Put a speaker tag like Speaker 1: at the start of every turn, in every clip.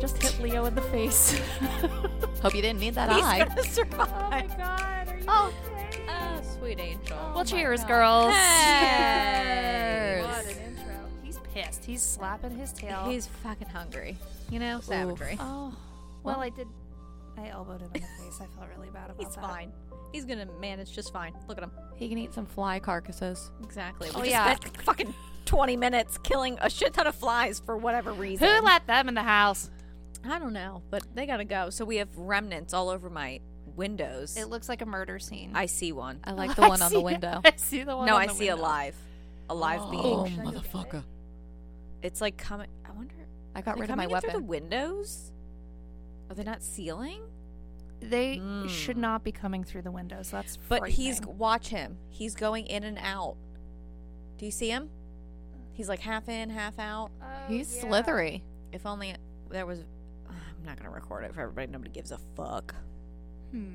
Speaker 1: just hit Leo in the face.
Speaker 2: Hope you didn't need that
Speaker 1: He's
Speaker 2: eye.
Speaker 1: gonna survive.
Speaker 3: Oh God, are you
Speaker 1: Oh.
Speaker 3: okay?
Speaker 2: Oh, sweet angel.
Speaker 1: well,
Speaker 3: my
Speaker 1: cheers,
Speaker 3: God.
Speaker 1: girls.
Speaker 2: Hey.
Speaker 3: What an intro.
Speaker 1: He's pissed. He's slapping his tail.
Speaker 2: He's fucking hungry. You know, savagery.
Speaker 1: oh,
Speaker 3: Well, I did. I elbowed him in the face. I felt really bad about
Speaker 2: He's
Speaker 3: that.
Speaker 2: fine. He's gonna manage just fine. Look at him.
Speaker 1: he can eat some fly carcasses.
Speaker 2: Exactly.
Speaker 1: Oh,
Speaker 2: We just
Speaker 1: yeah.
Speaker 2: spent fucking 20 minutes killing a shit ton of flies for whatever reason.
Speaker 1: Who let them in the house?
Speaker 2: I don't know, but they gotta go. So we have remnants all over my windows.
Speaker 3: It looks like a murder scene.
Speaker 2: I see one.
Speaker 1: I like the one on the
Speaker 3: see-
Speaker 1: window.
Speaker 3: I see the one.
Speaker 2: no,
Speaker 3: on
Speaker 2: I
Speaker 3: the
Speaker 2: see a
Speaker 3: window.
Speaker 2: live, a live
Speaker 1: Oh,
Speaker 2: being.
Speaker 3: Should I go get it?
Speaker 1: motherfucker.
Speaker 2: It's like coming. I wonder.
Speaker 1: I got
Speaker 2: they're
Speaker 1: rid of my
Speaker 2: coming in through
Speaker 1: weapon.
Speaker 2: the windows. Are they not sealing?
Speaker 3: They
Speaker 2: Mm.
Speaker 3: should not be coming through the windows. That's.
Speaker 2: But he's
Speaker 3: frightening.
Speaker 2: watch him. He's going in and out. Do you see him? He's like half in, half out.
Speaker 3: Oh,
Speaker 1: He's slithery.
Speaker 2: If only there was. I'm not gonna record it for everybody. Nobody gives a fuck.
Speaker 3: Hmm.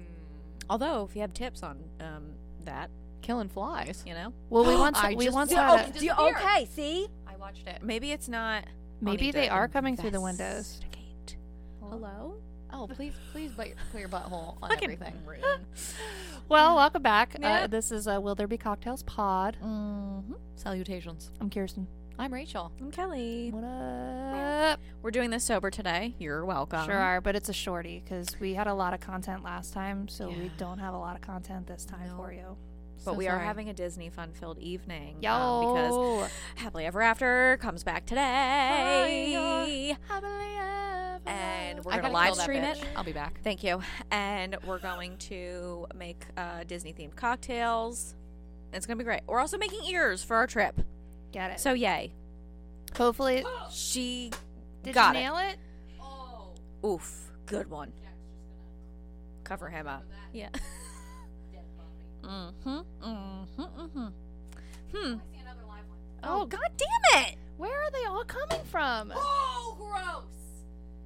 Speaker 2: Although, if you have tips on um that,
Speaker 1: Killing flies.
Speaker 2: you know,
Speaker 3: Well, we once
Speaker 1: I
Speaker 3: we
Speaker 1: just-
Speaker 3: once
Speaker 1: Yeah,
Speaker 3: had
Speaker 1: oh,
Speaker 3: a,
Speaker 1: It disappeared.
Speaker 2: okay? See,
Speaker 1: I watched it.
Speaker 2: maybe it's not. I'll
Speaker 1: oh,
Speaker 3: maybe
Speaker 2: need
Speaker 3: they
Speaker 2: to
Speaker 3: are coming through the windows.
Speaker 2: investigate. Hello.
Speaker 1: Oh, please, please bite your, put your butthole on
Speaker 2: Fucking
Speaker 1: everything.
Speaker 2: rude.
Speaker 3: Well, welcome back.
Speaker 2: Yeah.
Speaker 3: Uh, this is uh, Will There Be Cocktails Pod. Mm-hmm.
Speaker 2: Mhm.
Speaker 1: Salutations.
Speaker 3: I'm Kirsten.
Speaker 1: I'm Rachel.
Speaker 2: I'm Kelly.
Speaker 3: What up?
Speaker 2: We're doing this sober today. You're welcome.
Speaker 3: Sure are, but it's a shorty because we had a lot of content last time, so we
Speaker 1: Yeah.
Speaker 3: don't have a lot of content this time
Speaker 2: No.
Speaker 3: for you.
Speaker 2: But
Speaker 1: So
Speaker 2: we are
Speaker 1: sorry.
Speaker 2: having a Disney fun filled evening.
Speaker 3: Yo,
Speaker 2: um, because Happily Ever After comes back today. And we're
Speaker 1: I
Speaker 2: going to
Speaker 1: gotta
Speaker 2: live
Speaker 1: kill that
Speaker 2: stream it.
Speaker 1: bitch. I'll be back.
Speaker 2: Thank you. And we're going to make uh, Disney themed cocktails. It's going to be great. We're also making ears for our trip.
Speaker 3: get it.
Speaker 2: So, yay.
Speaker 3: hopefully,
Speaker 2: She
Speaker 3: did
Speaker 2: got
Speaker 3: you nail it?
Speaker 2: it. Oof. Good one. Cover him up. Yeah. mm hmm. Mm hmm. Mm hmm. Hmm.
Speaker 3: Oh,
Speaker 2: Oh, god damn it!
Speaker 3: Where are they all coming from?
Speaker 1: Oh,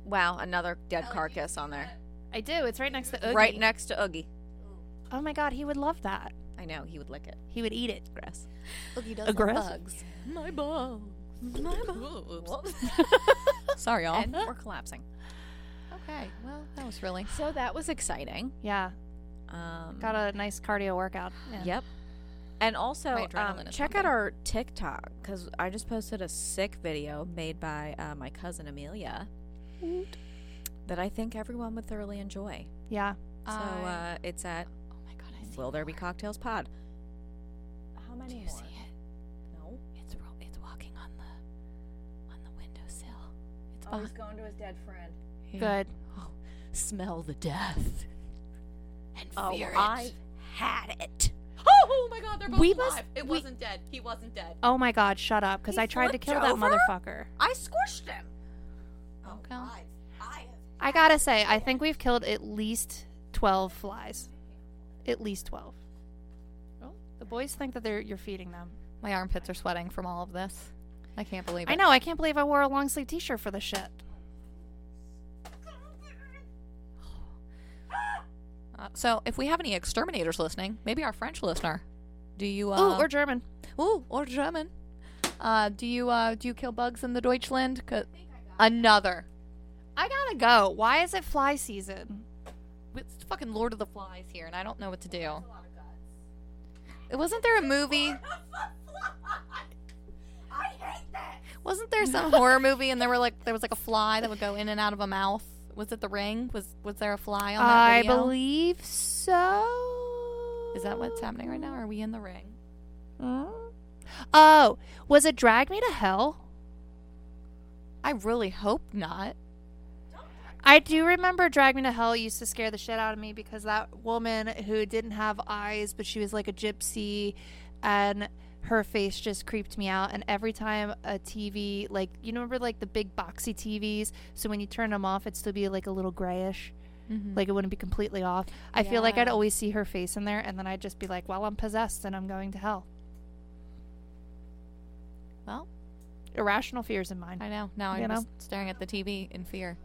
Speaker 2: Wow, another dead carcass on there.
Speaker 3: I do. It's right next to Oogie.
Speaker 2: Right next to Oogie.
Speaker 3: Oh my god, he would love that.
Speaker 2: I know, he would lick it.
Speaker 3: He would eat it.
Speaker 2: Grass.
Speaker 1: Oogie does
Speaker 3: love Aggressive.
Speaker 1: bugs.
Speaker 2: My balls. My balls.
Speaker 1: Sorry, y'all.
Speaker 2: and we're collapsing.
Speaker 1: okay. Well, that was really.
Speaker 2: So that was exciting.
Speaker 3: Yeah,
Speaker 2: Um,
Speaker 3: got a nice cardio workout. Yeah.
Speaker 2: Yep. And also,
Speaker 1: My adrenaline
Speaker 2: um,
Speaker 1: is
Speaker 2: check out
Speaker 1: pumping.
Speaker 2: our TikTok because I just posted a sick video made by uh, my cousin Amelia that I think everyone would thoroughly enjoy.
Speaker 3: Yeah.
Speaker 2: So uh, it's at
Speaker 1: oh my god, I see.
Speaker 2: Will There Be Cocktails Pod. How
Speaker 1: Do
Speaker 2: many
Speaker 1: you
Speaker 2: more?
Speaker 1: see it?
Speaker 2: No.
Speaker 1: It's ro- it's walking on the on the windowsill. It's
Speaker 2: Oh,
Speaker 1: behi-
Speaker 2: he's going to his dead friend.
Speaker 1: Yeah.
Speaker 3: Good.
Speaker 1: Oh, smell the death and
Speaker 2: Oh,
Speaker 1: fear it.
Speaker 2: I've had it.
Speaker 1: Oh, my god, they're
Speaker 3: both We must- alive.
Speaker 1: It
Speaker 3: we-
Speaker 1: wasn't dead. He wasn't dead.
Speaker 3: Oh my god, shut up! Because
Speaker 2: He
Speaker 3: I tried to
Speaker 2: flipped
Speaker 3: kill
Speaker 2: you
Speaker 3: that
Speaker 2: over?
Speaker 3: motherfucker.
Speaker 2: I squished him.
Speaker 1: Okay.
Speaker 2: oh, I have
Speaker 3: I gotta say, I think we've killed at least twelve flies. At least twelve.
Speaker 1: Oh.
Speaker 3: The boys think that they're you're feeding them.
Speaker 1: My armpits are sweating from all of this. I can't believe it.
Speaker 3: I know. I can't believe I wore a long sleeve T-shirt for the shit.
Speaker 1: Uh, so, if we have any exterminators listening, maybe our French listener, do you?
Speaker 3: Oh,
Speaker 1: Uh,
Speaker 3: we're German.
Speaker 1: ooh, or German? Uh, do you uh, do you kill bugs in the Deutschland? 'Cause- another.
Speaker 3: I gotta go. Why is it fly season?
Speaker 1: It's fucking Lord of the Flies here, and I don't know what to do. It wasn't there a movie? Wasn't there some horror movie and there were like there was like a fly that would go in and out of a mouth? Was it The Ring? Was was there a fly on that
Speaker 3: I
Speaker 1: video?
Speaker 3: believe so.
Speaker 1: Is that what's happening right now? Are we in The Ring?
Speaker 3: Mm. Oh, was it Drag Me to Hell?
Speaker 1: I really hope not.
Speaker 3: I do remember Drag Me to Hell used to scare the shit out of me because that woman who didn't have eyes, but she was like a gypsy, and her face just creeped me out. And every time a TV, like, you remember like the big boxy TVs? So when you turn them off, it'd still be like a little grayish. Like it wouldn't be completely off. I feel like I'd
Speaker 1: Mm-hmm. Yeah.
Speaker 3: always see her face in there, and then I'd just be like, well, I'm possessed and I'm going to hell.
Speaker 1: Well,
Speaker 3: Irrational fears in mine.
Speaker 1: I know. Now I'm
Speaker 3: You know?
Speaker 1: just staring at the TV in fear.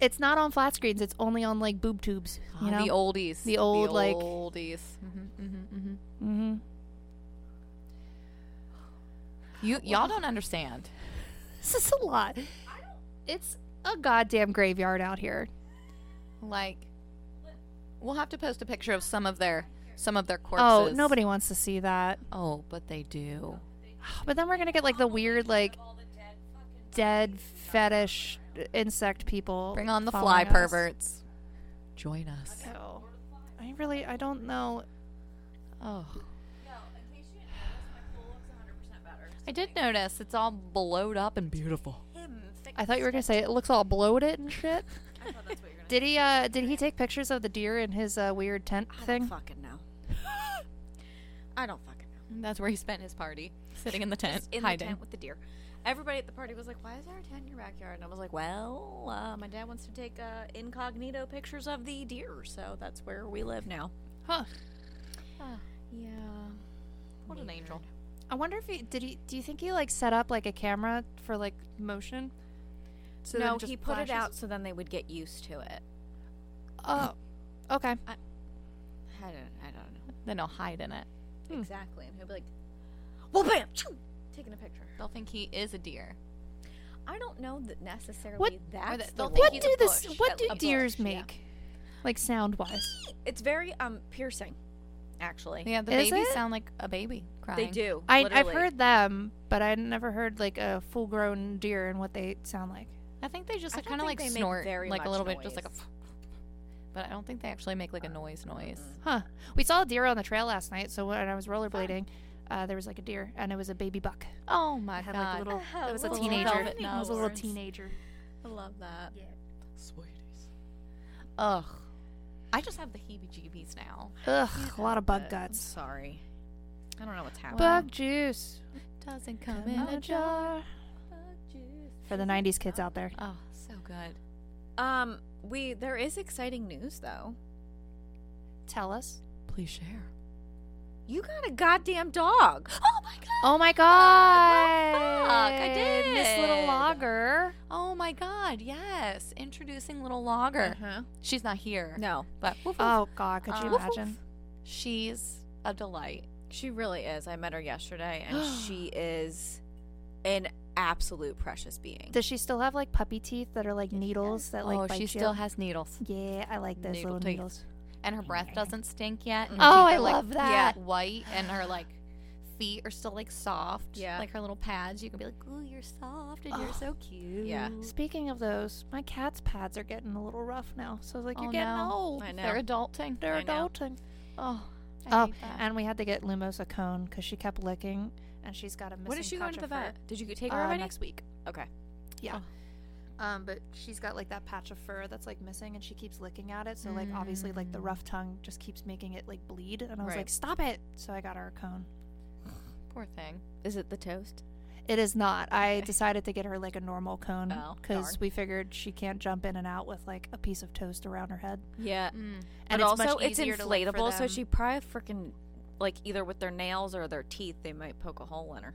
Speaker 3: It's not on flat screens, it's only on like boob tubes. You
Speaker 1: Ah,
Speaker 3: know?
Speaker 1: the oldies.
Speaker 3: The old, like-
Speaker 1: oldies. Mm-hmm, mm-hmm, mm-hmm.
Speaker 3: mm-hmm.
Speaker 1: You y'all don't understand.
Speaker 3: This is a lot. It's a goddamn graveyard out here.
Speaker 1: Like, we'll have to post a picture of some of their some of their corpses.
Speaker 3: Oh, nobody wants to see that.
Speaker 1: Oh, but they do.
Speaker 3: But then we're gonna get like the weird like dead fetish insect people.
Speaker 1: Bring on the fly
Speaker 3: following us.
Speaker 1: perverts. Join us.
Speaker 3: Oh, I really I don't know.
Speaker 1: Oh. I did notice it's all blowed up and beautiful.
Speaker 3: I thought you were gonna say it looks all bloated and shit. did he uh did he take pictures of the deer in his uh, weird tent
Speaker 1: Ah,
Speaker 2: I
Speaker 3: thing?
Speaker 2: don't fucking know. I don't fucking know.
Speaker 1: That's where he spent his party, sitting in the tent,
Speaker 2: Just in
Speaker 1: hiding.
Speaker 2: the tent with the deer. Everybody at the party was like, "Why is there a tent in your backyard?" And I was like, "Well, uh, my dad wants to take uh, incognito pictures of the deer, so that's where we live now."
Speaker 3: Huh.
Speaker 2: Yeah.
Speaker 1: What an angel.
Speaker 3: I wonder if he did he do you think he like set up like a camera for like motion? So
Speaker 2: no,
Speaker 3: then just
Speaker 2: he put
Speaker 3: flashes?
Speaker 2: it out so then they would get used to it.
Speaker 3: Oh. Okay.
Speaker 2: I don't. I don't know
Speaker 1: Then he'll hide in it.
Speaker 3: Hmm.
Speaker 2: exactly. And he'll be like, "Well, bam, choo, taking a picture."
Speaker 1: They'll think he is a deer.
Speaker 2: I don't know that necessarily
Speaker 3: What-
Speaker 1: Or
Speaker 2: that's
Speaker 1: that
Speaker 2: the
Speaker 1: they'll
Speaker 3: What
Speaker 1: think
Speaker 2: rule.
Speaker 1: he's
Speaker 3: do
Speaker 1: a
Speaker 3: this
Speaker 1: bush.
Speaker 3: what
Speaker 1: A-
Speaker 3: do
Speaker 1: a bush,
Speaker 3: deers
Speaker 2: yeah.
Speaker 3: make? Like sound wise.
Speaker 2: It's very um piercing, actually.
Speaker 1: Yeah, the
Speaker 3: Is
Speaker 1: babies
Speaker 3: it?
Speaker 1: sound like a baby crying.
Speaker 2: They do.
Speaker 3: I I've
Speaker 2: literally.
Speaker 3: heard them, but I never heard like a full grown deer and what they sound like.
Speaker 1: I think they just
Speaker 2: I
Speaker 1: like,
Speaker 2: don't
Speaker 1: kind of
Speaker 2: think
Speaker 1: like
Speaker 2: they make
Speaker 1: snort,
Speaker 2: very
Speaker 1: like a
Speaker 2: much
Speaker 1: little bit, just like a.
Speaker 2: noise.
Speaker 1: But I don't think they actually make like a noise noise.
Speaker 3: Huh. We saw a deer on the trail last night, so when I was rollerblading, uh, there was like a deer and it was a baby buck.
Speaker 1: Oh my
Speaker 3: I had
Speaker 1: god!
Speaker 3: like a little
Speaker 2: Oh,
Speaker 3: it was a
Speaker 2: little
Speaker 3: teenager.
Speaker 2: velvet
Speaker 3: It was a little
Speaker 1: nose.
Speaker 3: teenager.
Speaker 2: I love that.
Speaker 1: Sweeties. Ugh. I just have the heebie-jeebies now.
Speaker 3: Ugh, a lot of bug
Speaker 2: But I'm
Speaker 3: guts.
Speaker 2: sorry. I don't know what's happening.
Speaker 3: Bug juice.
Speaker 1: Doesn't come,
Speaker 3: in a jar. For the 90s kids out there.
Speaker 1: Oh, so good.
Speaker 2: Um, we there is exciting news though.
Speaker 3: Tell us.
Speaker 1: Please share.
Speaker 2: You got a goddamn dog.
Speaker 1: Oh my god.
Speaker 3: Oh my god.
Speaker 1: well, fuck, I
Speaker 3: This little
Speaker 1: did.
Speaker 3: logger.
Speaker 1: Oh my god. Yes. Introducing little Logger.
Speaker 2: Uh-huh.
Speaker 1: She's not here.
Speaker 2: No,
Speaker 1: But woof, woof.
Speaker 3: Oh god, could
Speaker 1: Uh,
Speaker 3: you
Speaker 1: woof,
Speaker 3: imagine?
Speaker 1: she's a delight.
Speaker 2: she really is. I met her yesterday, and she is an absolute precious being.
Speaker 3: Does she still have like puppy teeth that are like needles that like
Speaker 1: oh,
Speaker 3: bite
Speaker 1: she
Speaker 3: you?
Speaker 1: still has needles.
Speaker 3: Yeah, I like those
Speaker 1: Needle
Speaker 3: little
Speaker 1: teeth.
Speaker 3: needles.
Speaker 1: And her breath doesn't stink yet. and her
Speaker 3: Oh,
Speaker 1: teeth
Speaker 3: I
Speaker 1: are, like,
Speaker 3: love that.
Speaker 1: Yeah, white and her like feet are still like soft.
Speaker 2: Yeah.
Speaker 1: Like her little pads. You can be like, ooh, you're soft and
Speaker 3: Oh.
Speaker 1: you're so cute.
Speaker 2: Yeah.
Speaker 3: Speaking of those, my cat's pads are getting a little rough now. So like you're
Speaker 1: Oh,
Speaker 3: getting
Speaker 1: no.
Speaker 3: old.
Speaker 2: I know.
Speaker 1: They're adulting.
Speaker 3: They're
Speaker 2: I know.
Speaker 3: adulting.
Speaker 1: Oh. I
Speaker 3: Oh,
Speaker 1: hate that.
Speaker 3: and we had to get Lumos a cone because she kept licking, and she's got a missing.
Speaker 2: When is she going
Speaker 3: patch
Speaker 2: to the
Speaker 3: of fur.
Speaker 2: vet? Did you take her
Speaker 3: Uh,
Speaker 2: already?
Speaker 3: next week?
Speaker 2: Okay.
Speaker 3: Yeah. Um, but she's got like that patch of fur that's like missing, and she keeps licking at it. So like obviously like the rough tongue just keeps making it like bleed, and I was
Speaker 2: Right.
Speaker 3: like, stop it. So I got her a cone.
Speaker 1: Poor thing.
Speaker 2: Is it the toast?
Speaker 3: It is not. I decided to get her like a normal cone
Speaker 2: Oh,
Speaker 3: because
Speaker 2: darn.
Speaker 3: we figured she can't jump in and out with like a piece of toast around her head.
Speaker 2: Yeah.
Speaker 3: And
Speaker 2: Mm. And
Speaker 3: it's much
Speaker 2: also, it's
Speaker 3: easier to look for
Speaker 2: inflatable, so
Speaker 3: them.
Speaker 2: she probably freaking like either with their nails or their teeth, they might poke a hole in her.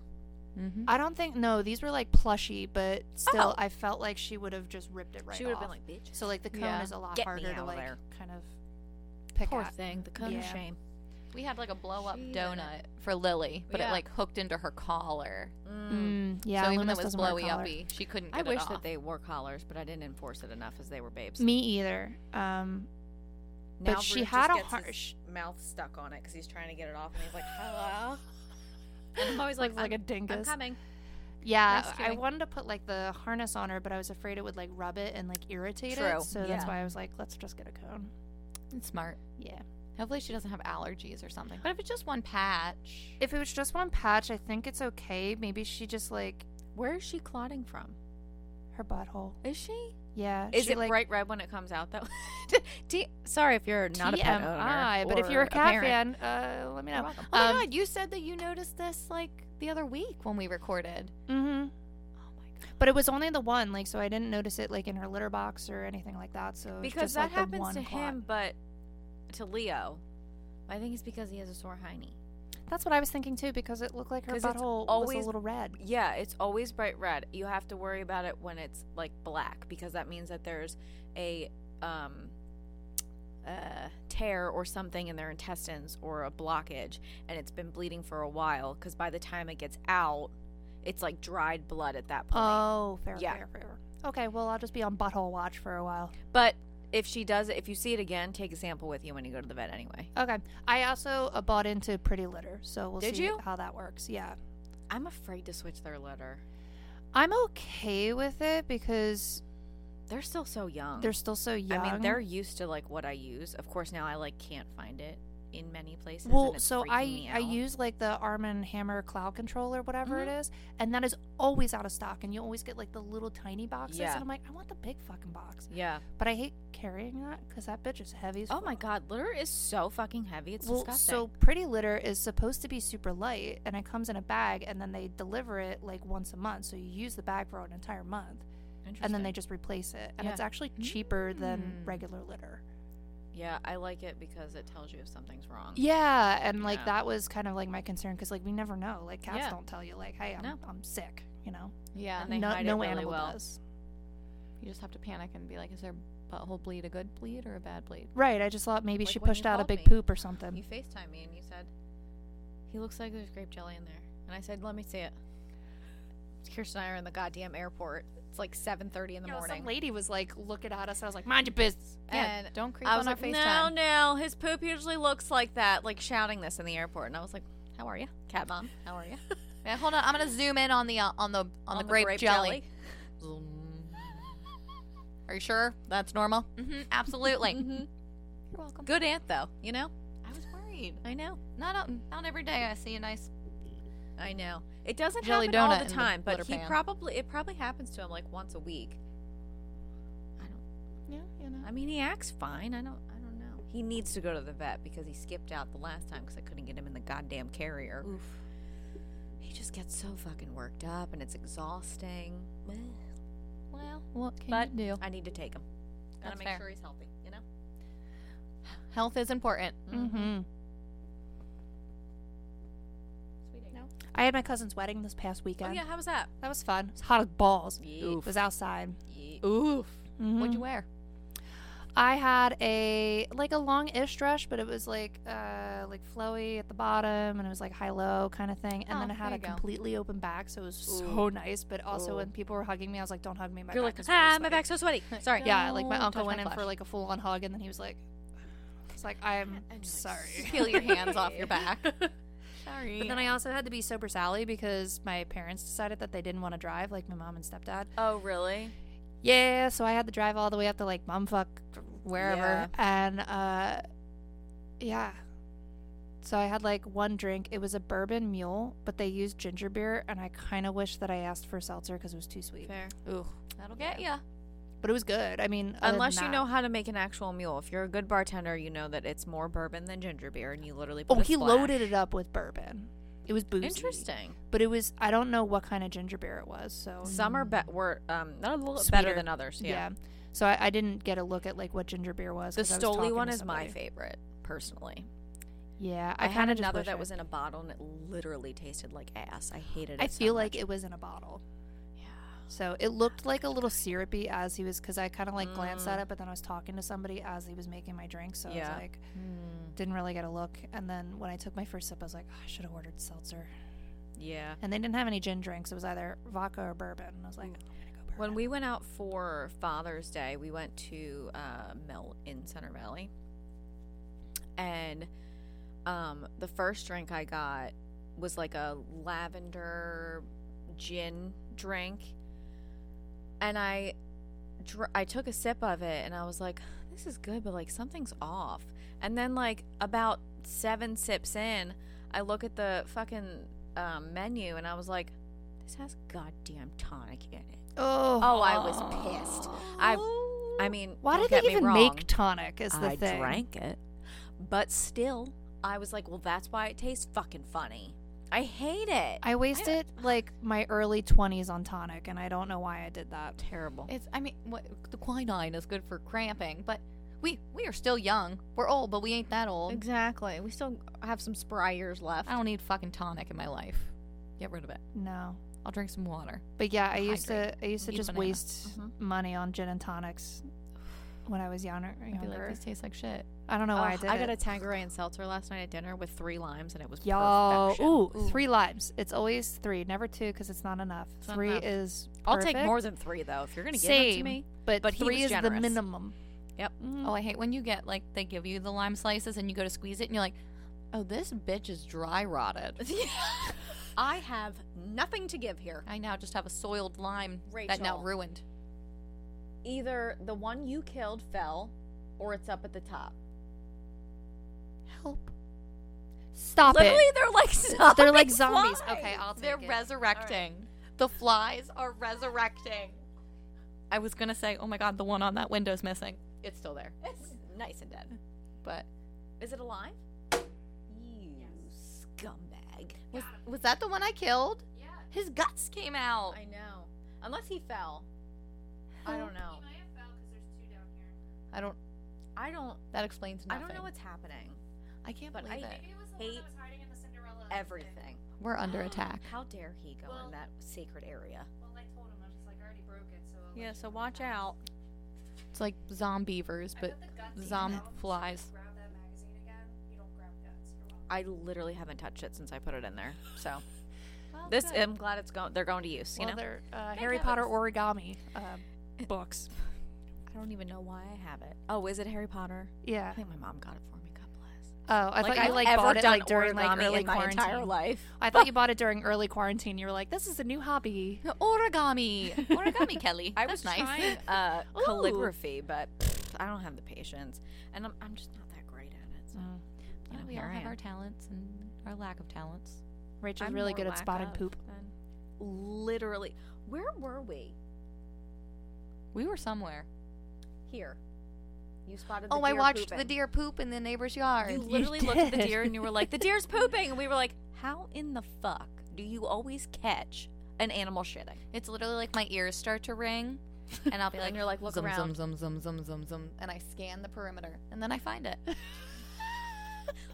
Speaker 1: Mm-hmm.
Speaker 3: I don't think no. These were like plushy, but still,
Speaker 2: Oh.
Speaker 3: I felt like she would have just ripped it right.
Speaker 2: she would have
Speaker 3: off.
Speaker 2: been like, "Bitch,
Speaker 3: So like the cone
Speaker 1: Yeah.
Speaker 3: is a lot
Speaker 2: Get me
Speaker 3: harder
Speaker 2: out
Speaker 3: to
Speaker 2: of
Speaker 3: like
Speaker 2: there.
Speaker 3: kind of pick
Speaker 2: poor
Speaker 3: at.
Speaker 2: thing." The cone of
Speaker 3: Yeah.
Speaker 2: shame.
Speaker 1: We had like a blow up
Speaker 2: She-
Speaker 1: donut for Lily, but it
Speaker 2: Yeah.
Speaker 1: like hooked into her collar.
Speaker 3: Mm, yeah,
Speaker 1: so even
Speaker 3: Loomis
Speaker 1: though it was
Speaker 3: doesn't wear a
Speaker 1: blowy
Speaker 3: collar.
Speaker 1: uppy, she couldn't get
Speaker 2: I
Speaker 1: it
Speaker 2: wish
Speaker 1: off.
Speaker 2: that they wore collars, but I didn't enforce it enough as they were babes.
Speaker 3: Me either. Um, but
Speaker 2: Now
Speaker 3: she
Speaker 2: Brute
Speaker 3: had
Speaker 2: just
Speaker 3: a
Speaker 2: gets his
Speaker 3: harsh-
Speaker 2: mouth stuck on it because he's trying to get it off, and he's like, "Hello." And I'm always
Speaker 3: Looks
Speaker 2: like,
Speaker 3: like a
Speaker 2: "I'm-
Speaker 3: dingus."
Speaker 2: I'm coming.
Speaker 3: yeah,
Speaker 2: Nice
Speaker 3: I
Speaker 2: doing.
Speaker 3: wanted to put like the harness on her, but I was afraid it would like rub it and like irritate
Speaker 2: True,
Speaker 3: it. So that's
Speaker 2: yeah.
Speaker 3: why I was like, let's just get a cone.
Speaker 1: It's smart.
Speaker 3: Yeah.
Speaker 1: Hopefully she doesn't have allergies or something. But if it's just one patch,
Speaker 3: If it was just one patch, I think it's okay. Maybe she just like
Speaker 2: Where is she clotting from?
Speaker 3: her butthole.
Speaker 2: Is she?
Speaker 3: Yeah.
Speaker 2: Is
Speaker 3: she,
Speaker 2: it
Speaker 3: like,
Speaker 2: bright red when it comes out though? T- Sorry if you're not a pet
Speaker 3: TMI,
Speaker 2: owner,
Speaker 3: but if you're
Speaker 2: or
Speaker 3: a cat
Speaker 2: parent.
Speaker 3: fan, uh, let me know.
Speaker 1: Oh my
Speaker 3: Um,
Speaker 1: god, you said that you noticed this like the other week when we recorded.
Speaker 3: Mm-hmm.
Speaker 1: Oh my god.
Speaker 3: But it was only the one, like, so I didn't notice it, like, in her litter box or anything like that. So it's
Speaker 2: because
Speaker 3: just,
Speaker 2: that
Speaker 3: like, the
Speaker 2: happens
Speaker 3: one
Speaker 2: to
Speaker 3: clot.
Speaker 2: him, but to Leo, I think it's because he has a sore hiney.
Speaker 3: That's what I was thinking too, because it looked like her
Speaker 2: 'Cause it's
Speaker 3: butthole was
Speaker 2: always-
Speaker 3: a little red.
Speaker 2: Yeah, it's always bright red. You have to worry about it when it's like black because that means that there's a um uh tear or something in their intestines or a blockage and it's been bleeding for a while cuz by the time it gets out, it's like dried blood at that point.
Speaker 3: Oh, fair,
Speaker 2: Yeah.
Speaker 3: fair, fair, Okay, well, I'll just be on butthole watch for a while.
Speaker 2: But if she does it, if you see it again, take a sample with you when you go to the vet anyway.
Speaker 3: Okay. I also uh, bought into Pretty Litter, so we'll
Speaker 2: Did
Speaker 3: see
Speaker 2: you?
Speaker 3: how that works. Yeah.
Speaker 2: I'm afraid to switch their litter.
Speaker 3: I'm okay with it because
Speaker 2: They're still so young.
Speaker 3: they're still so young.
Speaker 2: Oh. I mean, they're used to like what I use. Of course, now I like can't find it in many places. and
Speaker 3: well,
Speaker 2: it's
Speaker 3: so
Speaker 2: freaking
Speaker 3: I
Speaker 2: me
Speaker 3: I
Speaker 2: out. Mm-hmm.
Speaker 3: use like the Arm and Hammer Cloud Control or whatever it is, and that is always out of stock, and you always get like the little tiny boxes,
Speaker 2: Yeah.
Speaker 3: and I'm like, I want the big fucking box,
Speaker 2: Yeah.
Speaker 3: but I hate carrying that because that bitch is heavy. As
Speaker 2: Oh my
Speaker 3: fuck.
Speaker 2: god, litter is so fucking heavy. It's
Speaker 3: Well,
Speaker 2: disgusting.
Speaker 3: so Pretty Litter is supposed to be super light, and it comes in a bag, and then they deliver it like once a month, so you use the bag for an entire month, and then they
Speaker 2: Interesting.
Speaker 3: just replace it, and
Speaker 2: Yeah. Hmm.
Speaker 3: it's actually cheaper than
Speaker 1: Mm.
Speaker 3: regular litter.
Speaker 2: yeah, I like it because it tells you if something's wrong.
Speaker 3: Yeah, and like
Speaker 2: Yeah.
Speaker 3: that was kind of like my concern because like we never know. Like cats
Speaker 2: Yeah.
Speaker 3: don't tell you like, hey, I'm,
Speaker 2: No.
Speaker 3: I'm sick. You know,
Speaker 1: Yeah.
Speaker 2: And they
Speaker 3: no,
Speaker 2: hide it
Speaker 3: no
Speaker 2: really
Speaker 3: animal
Speaker 2: well.
Speaker 3: does.
Speaker 1: You just have to panic and be like, is their butthole bleed a good bleed or a bad bleed?
Speaker 3: Right. I just thought maybe
Speaker 2: Like
Speaker 3: she
Speaker 2: when you
Speaker 3: pushed out a
Speaker 2: called
Speaker 3: big
Speaker 2: me.
Speaker 3: poop or
Speaker 2: You
Speaker 3: something.
Speaker 2: FaceTime me and you said, "He looks like there's grape jelly in there," and I said, "Let me see it." Kirsten and I are in the goddamn airport. It's like 7:30 in the morning.
Speaker 3: some lady was like looking at us. I was like, mind your business.
Speaker 1: Yeah,
Speaker 2: And
Speaker 1: don't creep
Speaker 2: I was
Speaker 1: on
Speaker 2: like,
Speaker 1: our
Speaker 2: no,
Speaker 1: FaceTime.
Speaker 2: no, his poop usually looks like that, like shouting this in the airport. And I was like, how are you, cat mom? How are you?
Speaker 1: Yeah, hold on. I'm gonna zoom in on the uh, on the on, the, grape, jelly. Are you sure that's normal? Mm-hmm, absolutely.
Speaker 2: hmm
Speaker 1: You're welcome.
Speaker 2: Good aunt, though, you know?
Speaker 1: I was worried.
Speaker 2: I know.
Speaker 1: Not uh, not every day I see a nice.
Speaker 2: I know. It doesn't
Speaker 1: Jelly
Speaker 2: happen all
Speaker 1: donut in
Speaker 2: the
Speaker 1: the
Speaker 2: time, but
Speaker 1: litter
Speaker 2: he
Speaker 1: pan.
Speaker 2: probably, it probably happens to him like once a week. I don't,
Speaker 1: Yeah, you know.
Speaker 2: I mean, he acts fine. I don't, I don't know. He needs to go to the vet because he skipped out the last time because I couldn't get him in the goddamn carrier.
Speaker 1: Oof.
Speaker 2: He just gets so fucking worked up and it's exhausting. Bleh.
Speaker 1: Well, what can
Speaker 2: But-
Speaker 1: you do?
Speaker 2: I need to take him. Gotta
Speaker 1: That's
Speaker 2: make
Speaker 1: fair.
Speaker 2: sure he's healthy, you know?
Speaker 1: Health is important.
Speaker 3: Mm-hmm. I had my cousin's wedding this past weekend.
Speaker 2: Oh, yeah, how was that?
Speaker 3: That was fun. It was hot as balls.
Speaker 2: Yeah.
Speaker 3: It was outside.
Speaker 1: Oof.
Speaker 3: Mhm.
Speaker 1: What'd you wear?
Speaker 3: I had a like a long ish dress, but it was like uh like flowy at the bottom and it was like high low kind of thing. And
Speaker 1: Oh,
Speaker 3: then I had
Speaker 1: there
Speaker 3: a
Speaker 1: you go.
Speaker 3: completely open back, so it was so
Speaker 2: Ooh.
Speaker 3: nice. But also
Speaker 2: Ooh.
Speaker 3: when people were hugging me, I was like, Don't hug me, my
Speaker 2: You're
Speaker 3: back
Speaker 2: like,
Speaker 3: is really
Speaker 2: ah, my
Speaker 3: sweaty."
Speaker 2: back's so sweaty. Sorry.
Speaker 3: Yeah, like my
Speaker 1: Don't
Speaker 3: uncle
Speaker 1: touch
Speaker 3: went
Speaker 1: my
Speaker 3: in for
Speaker 1: flesh.
Speaker 3: like a full on hug and then he was like It's like I'm
Speaker 2: I'm like,
Speaker 3: sorry.
Speaker 1: Peel your hands off your back. Sorry.
Speaker 3: But then I also had to be sober Sally because my parents decided that they didn't want to drive, like my mom and stepdad.
Speaker 2: Oh, really?
Speaker 3: Yeah, so I had to drive all the way up to like bumfuck wherever,
Speaker 2: Yeah.
Speaker 3: and uh, yeah. So I had like one drink. It was a bourbon mule, but they used ginger beer, and I kind of wish that I asked for seltzer because it was too sweet.
Speaker 2: Fair.
Speaker 1: Ooh, that'll get ya.
Speaker 3: But it was good. I mean, other than
Speaker 2: Unless you
Speaker 3: that-
Speaker 2: know how to make an actual mule. If you're a good bartender, you know that it's more bourbon than ginger beer, and you literally put
Speaker 3: Oh,
Speaker 2: a
Speaker 3: he
Speaker 2: splash.
Speaker 3: loaded it up with bourbon. It was boozy.
Speaker 2: Interesting.
Speaker 3: But it was I don't know what kind of ginger beer it was. So
Speaker 2: Some are be- were um, a little better
Speaker 3: Sweeter.
Speaker 2: than others. Yeah.
Speaker 3: So I, I didn't get a look at like what ginger beer was.
Speaker 2: The
Speaker 3: 'cause I was
Speaker 2: Stoli
Speaker 3: talking
Speaker 2: one
Speaker 3: to
Speaker 2: is my
Speaker 3: somebody.
Speaker 2: favorite, personally.
Speaker 3: Yeah,
Speaker 2: I,
Speaker 3: I,
Speaker 2: had
Speaker 3: kind of
Speaker 2: another that was in a bottle, and it literally tasted like ass. I hated it.
Speaker 3: I
Speaker 2: so
Speaker 3: feel like
Speaker 2: much.
Speaker 3: it was in a bottle.
Speaker 2: Yeah.
Speaker 3: So it looked like a little syrupy as he was, because I kind of like glanced at
Speaker 2: Mm.
Speaker 3: it, but then I was talking to somebody as he was making my drink, so I
Speaker 2: Yeah.
Speaker 3: was like,
Speaker 2: Hmm,
Speaker 3: didn't really get a look. And then when I took my first sip, I was like, "Oh, I should have ordered seltzer.
Speaker 2: Yeah.
Speaker 3: And they didn't have any gin drinks; it was either vodka or bourbon. And I was like,
Speaker 2: Ooh.
Speaker 3: I'm gonna go bourbon.
Speaker 2: When we went out for Father's Day, we went to uh, Mel in Center Valley, and um, the first drink I got was like a lavender gin drink, and I dr- I took a sip of it, and I was like, "This is good," but like something's off. And then like about seven sips in, I look at the fucking um, menu, and I was like, "This has goddamn tonic in it."
Speaker 3: oh,
Speaker 2: Oh, I was pissed. I-
Speaker 1: Oh.
Speaker 2: I mean,
Speaker 3: why
Speaker 2: don't
Speaker 3: did
Speaker 2: get
Speaker 3: they
Speaker 2: me
Speaker 3: even
Speaker 2: wrong.
Speaker 3: make tonic? Is the
Speaker 2: I
Speaker 3: thing.
Speaker 2: drank it, but still, I was like, well, that's why it tastes fucking funny. I hate it.
Speaker 3: I wasted like my early twenties on tonic, and I don't know why I did that.
Speaker 2: terrible.
Speaker 1: It's. I mean, what, the quinine is good for cramping, but we we are still young. We're old, but we ain't that old.
Speaker 2: exactly. We still have some spry years left.
Speaker 1: I don't need fucking tonic in my life. Get rid of it.
Speaker 3: No,
Speaker 1: I'll drink some water.
Speaker 3: but yeah, I used
Speaker 1: Hydrate.
Speaker 3: to. I used to
Speaker 2: Mm-hmm.
Speaker 1: Eat a
Speaker 3: just
Speaker 1: banana.
Speaker 3: waste
Speaker 2: Mhm.
Speaker 3: money on gin and tonics when I was younger.
Speaker 1: I'd be
Speaker 3: younger.
Speaker 1: like, these taste like shit.
Speaker 3: I don't know why I
Speaker 2: Ugh,
Speaker 3: did
Speaker 2: I
Speaker 3: it.
Speaker 2: got a Tanqueray and seltzer last night at dinner with three limes, and it was
Speaker 3: Yo,
Speaker 2: perfection.
Speaker 3: ooh, three limes. It's always three, never two, because it's not enough.
Speaker 2: not
Speaker 3: three
Speaker 2: enough.
Speaker 3: is.
Speaker 2: I'll take
Speaker 3: perfect.
Speaker 2: more than three though. If you're gonna give them to
Speaker 3: Same.
Speaker 2: me,
Speaker 3: but,
Speaker 2: but he
Speaker 3: three is
Speaker 2: was
Speaker 3: the
Speaker 2: generous.
Speaker 3: minimum. Mm.
Speaker 2: Yep. Mm.
Speaker 1: Oh, I hate when you get like they give you the lime slices and you go to squeeze it and you're like, oh, this bitch is dry rotted.
Speaker 2: I have nothing to give here.
Speaker 1: I now just have a soiled lime that now
Speaker 2: Rachel.
Speaker 1: ruined.
Speaker 2: Either the one you killed fell, or it's up at the top.
Speaker 1: Help.
Speaker 3: Stop
Speaker 2: Literally,
Speaker 3: it.
Speaker 2: they're like
Speaker 3: They're like
Speaker 2: zombie
Speaker 3: zombies.
Speaker 2: flies.
Speaker 3: Okay, I'll take
Speaker 1: They're
Speaker 3: it.
Speaker 1: resurrecting. The flies are resurrecting. I was gonna say, oh my god, the one on that window's missing. It's still there,
Speaker 2: It's nice and dead.
Speaker 1: but
Speaker 2: Is it alive? You scumbag.
Speaker 1: was was that the one I killed? Yeah. His guts came out.
Speaker 2: I know. Unless he fell. I don't know.
Speaker 1: I don't.
Speaker 2: I don't.
Speaker 1: That explains
Speaker 2: I
Speaker 1: nothing.
Speaker 2: don't know what's happening.
Speaker 1: I can't
Speaker 2: but
Speaker 1: believe
Speaker 2: I-
Speaker 1: it.
Speaker 2: Hate everything.
Speaker 1: We're under attack.
Speaker 2: How dare he go in that sacred area?
Speaker 4: I'll
Speaker 2: Yeah, so watch out.
Speaker 1: It's like zombievers, but zom flies.
Speaker 4: Grab that magazine again. You don't grab guts. You're welcome.
Speaker 2: I literally haven't touched it since I put it in there. So this, I'm glad it's going. They're going to use. You
Speaker 3: Well,
Speaker 2: know,
Speaker 3: they're uh, Harry Potter origami uh, books.
Speaker 2: I don't even know why I have it. Oh, is it Harry Potter?
Speaker 3: Yeah.
Speaker 2: I think my mom got it for me. God bless.
Speaker 3: Oh, I thought you
Speaker 2: I've
Speaker 3: like
Speaker 2: ever
Speaker 3: bought it
Speaker 2: done
Speaker 3: like during like
Speaker 2: origami
Speaker 3: early
Speaker 2: in my
Speaker 3: quarantine.
Speaker 2: entire life.
Speaker 3: I thought you bought it during early quarantine. You were like, this is a new hobby.
Speaker 1: Origami, origami, Kelly.
Speaker 2: I
Speaker 1: That's
Speaker 2: was
Speaker 1: nice.
Speaker 2: trying uh,
Speaker 3: Ooh.
Speaker 2: calligraphy, but pfft, I don't have the patience, and I'm, I'm just not that great at it. So you
Speaker 1: Yeah,
Speaker 2: know,
Speaker 1: Mm. we
Speaker 2: here
Speaker 1: all
Speaker 2: I
Speaker 1: have
Speaker 2: am.
Speaker 1: our talents and our lack of talents.
Speaker 3: Rachel's
Speaker 2: I'm
Speaker 3: really
Speaker 2: more
Speaker 3: good at
Speaker 2: lack
Speaker 3: spotting
Speaker 2: of
Speaker 3: poop.
Speaker 2: than- Literally, where were we?
Speaker 1: We were somewhere.
Speaker 2: Here, you spotted. The
Speaker 1: Oh, I
Speaker 2: deer
Speaker 1: watched the
Speaker 2: pooping.
Speaker 1: deer poop in the neighbor's yard.
Speaker 2: You literally looked at the
Speaker 3: did.
Speaker 2: deer and you were like, "The deer's pooping," and we were like, "How in the fuck do you always catch an animal shitting?"
Speaker 1: It's literally like my ears start to ring, and I'll be
Speaker 2: And
Speaker 1: like,
Speaker 2: you're like, "Look
Speaker 1: zum,
Speaker 2: around."
Speaker 1: zum, zum, zum, zum, zum, zum, and I scan the perimeter, and then I find it.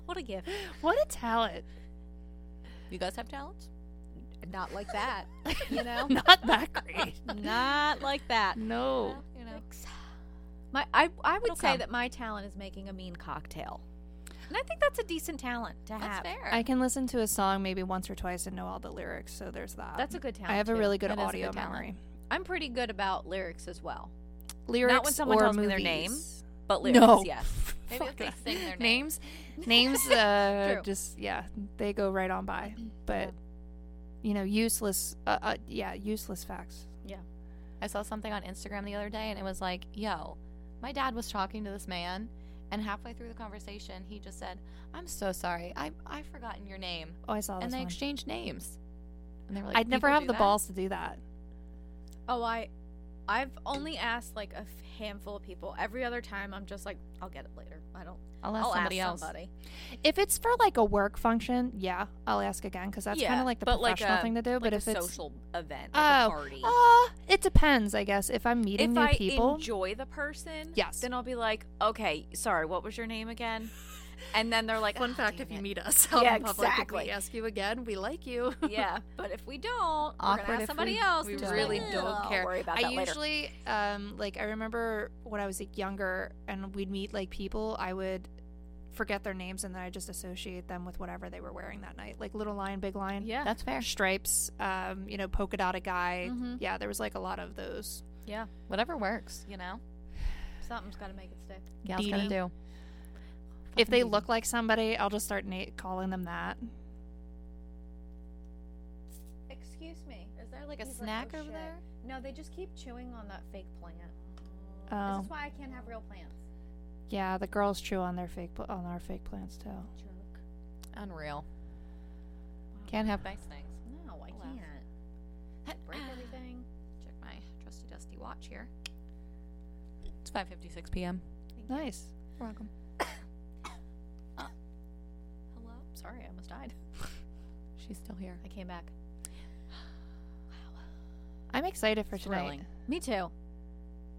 Speaker 2: What a gift!
Speaker 3: What a talent.
Speaker 1: You guys have talents?
Speaker 2: Not like that, you know.
Speaker 3: Not that great.
Speaker 2: Not like that. Oh.
Speaker 3: no.
Speaker 1: You know,
Speaker 2: My, I, I would
Speaker 1: It'll
Speaker 2: say
Speaker 1: come.
Speaker 2: that my talent is making a mean cocktail, and I think that's a decent talent to
Speaker 1: that's
Speaker 2: have.
Speaker 1: fair.
Speaker 3: I can listen to a song maybe once or twice and know all the lyrics, so there's that.
Speaker 2: That's a good talent.
Speaker 3: I have a
Speaker 2: too.
Speaker 3: really good
Speaker 1: That is a
Speaker 3: audio
Speaker 1: good talent.
Speaker 3: memory.
Speaker 2: I'm pretty good about lyrics as well,
Speaker 3: Lyrics
Speaker 2: someone
Speaker 3: or
Speaker 2: tells me
Speaker 3: movies.
Speaker 2: their name. but lyrics,
Speaker 3: No.
Speaker 2: yes.
Speaker 1: Maybe if
Speaker 3: Fuck
Speaker 1: they
Speaker 3: that.
Speaker 1: sing their name.
Speaker 3: names. Names, uh,
Speaker 2: True.
Speaker 3: just yeah, they go right on by. But you know, useless. Uh, uh, yeah, useless facts.
Speaker 1: I saw something on Instagram the other day, and it was like, yo, my dad was talking to this man, and halfway through the conversation, he just said, I'm so sorry. I, I've forgotten your name.
Speaker 3: Oh, I saw this
Speaker 1: and they
Speaker 3: one.
Speaker 1: exchanged names. And they were like,
Speaker 3: I'd never
Speaker 1: "People
Speaker 3: have
Speaker 1: do
Speaker 3: the
Speaker 1: that?"
Speaker 3: balls to do that.
Speaker 2: Oh, I, I've only asked like a f- handful of people. Every other time, I'm just like, I'll get it later. I don't.
Speaker 1: I'll ask
Speaker 2: I'll
Speaker 1: somebody
Speaker 2: ask
Speaker 1: else.
Speaker 2: somebody.
Speaker 3: If it's for like a work function, yeah, I'll ask again because that's
Speaker 2: Yeah,
Speaker 3: kind of like the
Speaker 2: but like
Speaker 3: professional
Speaker 2: a-
Speaker 3: thing to do.
Speaker 2: Like
Speaker 3: but
Speaker 2: a
Speaker 3: if it's
Speaker 2: social event, like
Speaker 3: oh,
Speaker 2: a party.
Speaker 3: uh, it depends, I guess. If I'm meeting
Speaker 2: if
Speaker 3: new
Speaker 2: I
Speaker 3: people,
Speaker 2: enjoy the person,
Speaker 3: Yes.
Speaker 2: then I'll be like, okay, sorry, what was your name again? And then they're like, "Ah, damn it."
Speaker 3: meet us,
Speaker 2: out Yeah, in public and we exactly.
Speaker 3: ask you again. We like you.
Speaker 2: yeah, but if we don't, we're
Speaker 1: Awkward
Speaker 2: gonna
Speaker 1: if
Speaker 2: ask somebody
Speaker 1: we-
Speaker 2: else.
Speaker 1: we
Speaker 2: and just
Speaker 1: really
Speaker 2: like,
Speaker 1: don't
Speaker 2: "Ugh,
Speaker 1: care."
Speaker 2: I'll worry about
Speaker 3: I
Speaker 2: that later.
Speaker 3: usually um like I remember when I was like younger and we'd meet like people, I would forget their names and then I just associate them with whatever they were wearing that night. Like little lion, big lion.
Speaker 2: Yeah.
Speaker 1: That's fair.
Speaker 3: Stripes, um, you know, polka dotted guy.
Speaker 2: Mhm.
Speaker 3: Yeah, there was like a lot of those.
Speaker 2: yeah,
Speaker 1: Whatever works, you know?
Speaker 2: something's got to make it stick.
Speaker 1: Yeah, it's gonna
Speaker 3: Beanie.
Speaker 1: do.
Speaker 3: If they look like somebody, I'll just start na- calling them that.
Speaker 2: Excuse me, is there
Speaker 1: Like "Oh, a snack over there?
Speaker 2: No, they just keep chewing on that fake plant.
Speaker 3: Oh,
Speaker 2: why I can't have real plants.
Speaker 3: yeah, the girls chew on their fake pl- on our fake plants too.
Speaker 2: Jerk.
Speaker 1: Unreal. Can't have nice things.
Speaker 2: No, I
Speaker 1: Alas.
Speaker 2: can't. Break everything.
Speaker 1: Check my trusty dusty watch here. It's 5:56 p.m.
Speaker 3: Nice.
Speaker 1: You're welcome. hello.
Speaker 2: Sorry, I almost died.
Speaker 1: She's still here.
Speaker 2: I came back.
Speaker 3: I'm excited for tonight.
Speaker 2: Me too.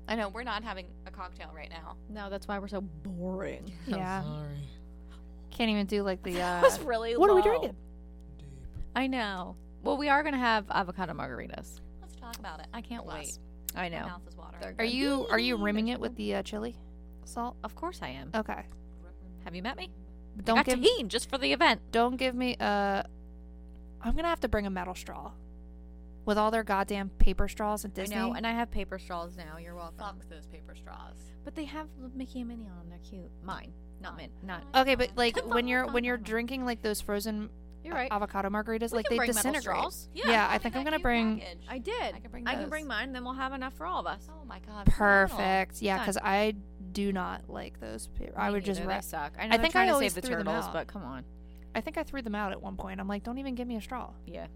Speaker 1: I know we're not having a cocktail right now.
Speaker 2: No, that's why we're so boring.
Speaker 3: Yeah. Can't even do like the
Speaker 2: That
Speaker 3: uh
Speaker 2: was really
Speaker 3: What are we
Speaker 2: low.
Speaker 3: drinking?
Speaker 2: I know. Well, we are going to have avocado margaritas.
Speaker 1: Let's talk about it. I can't wait.
Speaker 2: I
Speaker 1: My
Speaker 2: know.
Speaker 1: mouth is watering.
Speaker 2: They're
Speaker 3: Are you are you
Speaker 2: Yay!
Speaker 3: rimming it with the uh, chili? salt?
Speaker 2: Of course I am. Uh,
Speaker 3: Okay.
Speaker 2: Have you met me? I
Speaker 3: Don't
Speaker 2: got
Speaker 3: give
Speaker 2: tahine just for the event.
Speaker 3: don't give me a I'm going to have to bring a metal straw with all their goddamn paper straws at Disney.
Speaker 2: I know, and I have paper straws now. You're welcome.
Speaker 1: Fuck those paper straws.
Speaker 2: But they have Mickey and Minnie on them. They're cute. Mine, not min, not.
Speaker 3: okay, but like when you're when you're drinking like those frozen
Speaker 2: You're right.
Speaker 3: avocado margaritas
Speaker 2: We
Speaker 3: like
Speaker 2: can
Speaker 3: they
Speaker 2: bring metal
Speaker 3: disintegrate.
Speaker 2: straws. Yeah.
Speaker 3: Yeah, I think I'm going to bring
Speaker 2: I did.
Speaker 1: I can bring those.
Speaker 2: mine. Then we'll have enough for all of us.
Speaker 1: Oh my god. phenomenal.
Speaker 3: perfect. Yeah,
Speaker 2: Done.
Speaker 3: cuz I do not like those pa- I
Speaker 2: Me
Speaker 3: would just
Speaker 2: neither,
Speaker 3: ra-
Speaker 2: They suck. I, know
Speaker 3: I
Speaker 2: they're
Speaker 3: think I
Speaker 2: trying to
Speaker 3: always
Speaker 2: save the
Speaker 3: threw them
Speaker 2: turtles,
Speaker 3: out.
Speaker 2: but come on.
Speaker 3: I think I threw them out at one point. I'm like, don't even give me a straw.
Speaker 2: Yeah.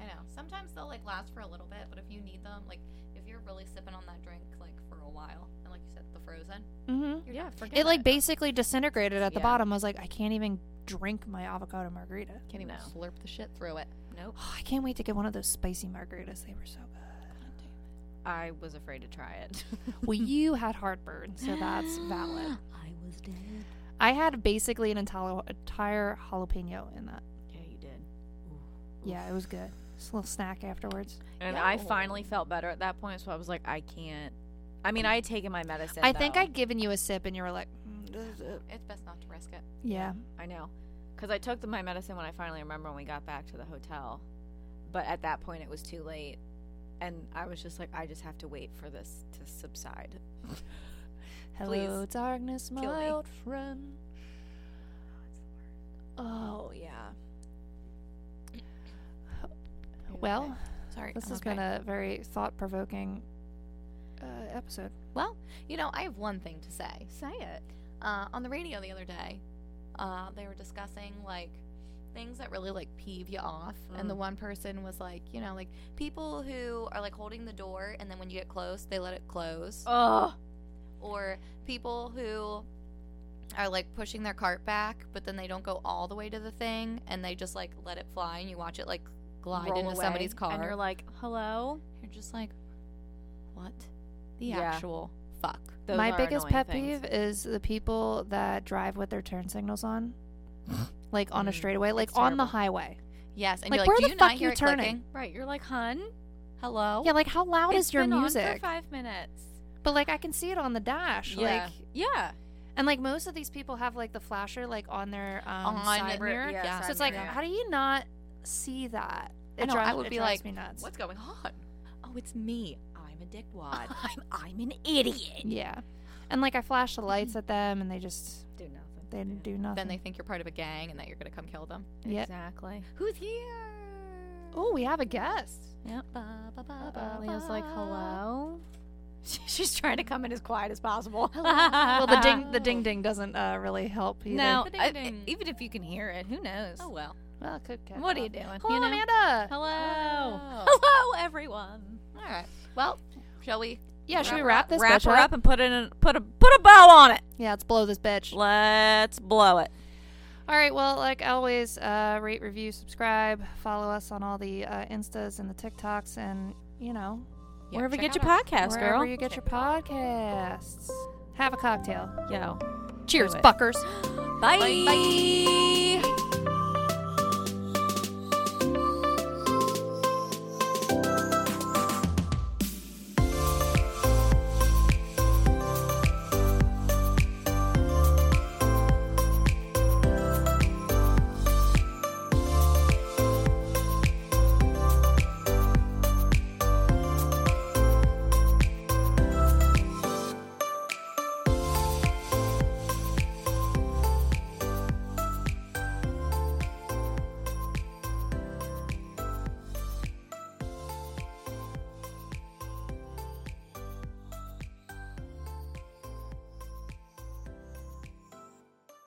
Speaker 1: I know. Sometimes they'll like last for a little bit, but if you need them, like if you're really sipping on that drink like for a while, and like you said, the frozen,
Speaker 2: Mm-hmm.
Speaker 3: Mhm.
Speaker 1: you're yeah, forget
Speaker 3: It like basically disintegrated at the
Speaker 2: Yeah.
Speaker 3: bottom. I was like, I can't even drink my avocado margarita.
Speaker 1: can't even
Speaker 2: No.
Speaker 1: slurp the shit through it.
Speaker 2: Nope.
Speaker 3: I can't wait to get one of those spicy margaritas. They were so good.
Speaker 2: I was afraid to try it.
Speaker 3: Well, you had heartburn, so that's valid.
Speaker 2: I was dead.
Speaker 3: I had basically an entire, entire jalapeno in that.
Speaker 2: Yeah, you did.
Speaker 3: Yeah, it was good. Just a little snack afterwards.
Speaker 2: And
Speaker 1: Yeah.
Speaker 2: I finally felt better at that point, so I was like, I can't. I mean, I had taken my medicine.
Speaker 3: I think
Speaker 2: though.
Speaker 3: I'd given you a sip, and you were like, "Mm, this is it."
Speaker 1: It's best not to risk it.
Speaker 3: yeah.
Speaker 2: I know. Because I took the, my medicine when I finally remember when we got back to the hotel. But at that point, it was too late. And I was just like, I just have to wait for this to subside.
Speaker 3: Hello, darkness, my
Speaker 2: kill me.
Speaker 3: old friend. Oh yeah. Well,
Speaker 1: Sorry.
Speaker 3: this
Speaker 1: I'm
Speaker 3: has
Speaker 1: okay.
Speaker 3: been a very thought-provoking uh, episode.
Speaker 1: Well, you know, I have one thing to say.
Speaker 2: Say it.
Speaker 1: Uh, on the radio the other day, uh, they were discussing like things that really like peeve you off, and
Speaker 3: Mm.
Speaker 1: the one person was like, you know, like people who are like holding the door, and then when you get close, they let it close,
Speaker 2: Oh,
Speaker 1: or people who are like pushing their cart back, but then they don't go all the way to the thing, and they just like let it fly, and you watch it like glide into somebody's car.
Speaker 2: And you're like, hello?
Speaker 1: You're just like, what the
Speaker 2: Yeah.
Speaker 1: actual fuck?
Speaker 2: Those
Speaker 3: my
Speaker 2: are
Speaker 3: biggest
Speaker 2: annoying
Speaker 3: pet
Speaker 2: things.
Speaker 3: peeve is the people that drive with their turn signals on, like on a
Speaker 2: Mm,
Speaker 3: straightaway, like
Speaker 2: it's
Speaker 3: on the
Speaker 2: terrible.
Speaker 3: highway.
Speaker 1: Yes, and
Speaker 3: Like,
Speaker 1: you're like,
Speaker 3: where
Speaker 1: do
Speaker 3: the
Speaker 1: you
Speaker 3: fuck
Speaker 1: not
Speaker 3: you
Speaker 1: hear it
Speaker 3: turning?
Speaker 1: clicking?
Speaker 2: Right. You're like, hun,
Speaker 1: Hello.
Speaker 3: Yeah, like how loud
Speaker 2: Oh. it's
Speaker 3: is your
Speaker 2: been
Speaker 3: music?
Speaker 2: on for five minutes.
Speaker 3: but like I can see it on the dash. Like
Speaker 2: yeah.
Speaker 3: and like most of these people have like the flasher like on their um,
Speaker 1: On
Speaker 3: side
Speaker 1: their-
Speaker 3: mirror.
Speaker 1: yeah,
Speaker 3: So
Speaker 1: side
Speaker 3: it's like,
Speaker 1: mirror.
Speaker 3: how do you not see that?
Speaker 1: I know, I would
Speaker 3: it
Speaker 1: be
Speaker 3: drives
Speaker 1: like,
Speaker 3: me nuts.
Speaker 1: What's going on?
Speaker 2: oh, it's me. I'm a dickwad. I'm, I'm an idiot.
Speaker 3: Yeah, and like I flash the lights at them, and they just
Speaker 2: Do nothing.
Speaker 3: they do nothing.
Speaker 1: Then they think you're part of a gang and that you're going to come kill them.
Speaker 3: Yeah.
Speaker 2: Exactly.
Speaker 1: Who's here?
Speaker 3: oh, we have a guest.
Speaker 2: Yep.
Speaker 1: Ba, ba, ba, ba,
Speaker 2: Leo's like,
Speaker 1: ba.
Speaker 2: hello. She's trying to come in as quiet as possible.
Speaker 3: Well, the ding the ding ding doesn't uh, really help either.
Speaker 2: No,
Speaker 1: The
Speaker 2: I- e,
Speaker 1: ding-ding.
Speaker 2: even if you can hear it, who knows?
Speaker 1: Oh, well.
Speaker 3: Well, it could catch
Speaker 2: what are
Speaker 3: on.
Speaker 2: you doing?
Speaker 3: Hello,
Speaker 2: you know?
Speaker 3: Amanda.
Speaker 2: Hello.
Speaker 3: Oh.
Speaker 1: Hello.
Speaker 2: Hello, everyone.
Speaker 1: Oh. All right. Well, shall we?
Speaker 3: Yeah, should we
Speaker 1: her
Speaker 3: wrap
Speaker 1: up.
Speaker 3: this
Speaker 2: Wrap
Speaker 3: bitch
Speaker 2: her up and put it in, put a put a bow on it.
Speaker 3: Yeah, let's blow this bitch.
Speaker 2: Let's blow it.
Speaker 3: All right. Well, like always, uh, rate, review, subscribe, follow us on all the uh, Instas and the TikToks, and you know
Speaker 1: Yeah,
Speaker 2: Wherever you
Speaker 1: check
Speaker 2: get your
Speaker 1: out our-
Speaker 2: podcast,
Speaker 3: wherever
Speaker 2: girl.
Speaker 3: you get your podcasts. Have a cocktail.
Speaker 2: Yo.
Speaker 3: Cheers,
Speaker 2: it.
Speaker 3: fuckers.
Speaker 2: Bye. Bye.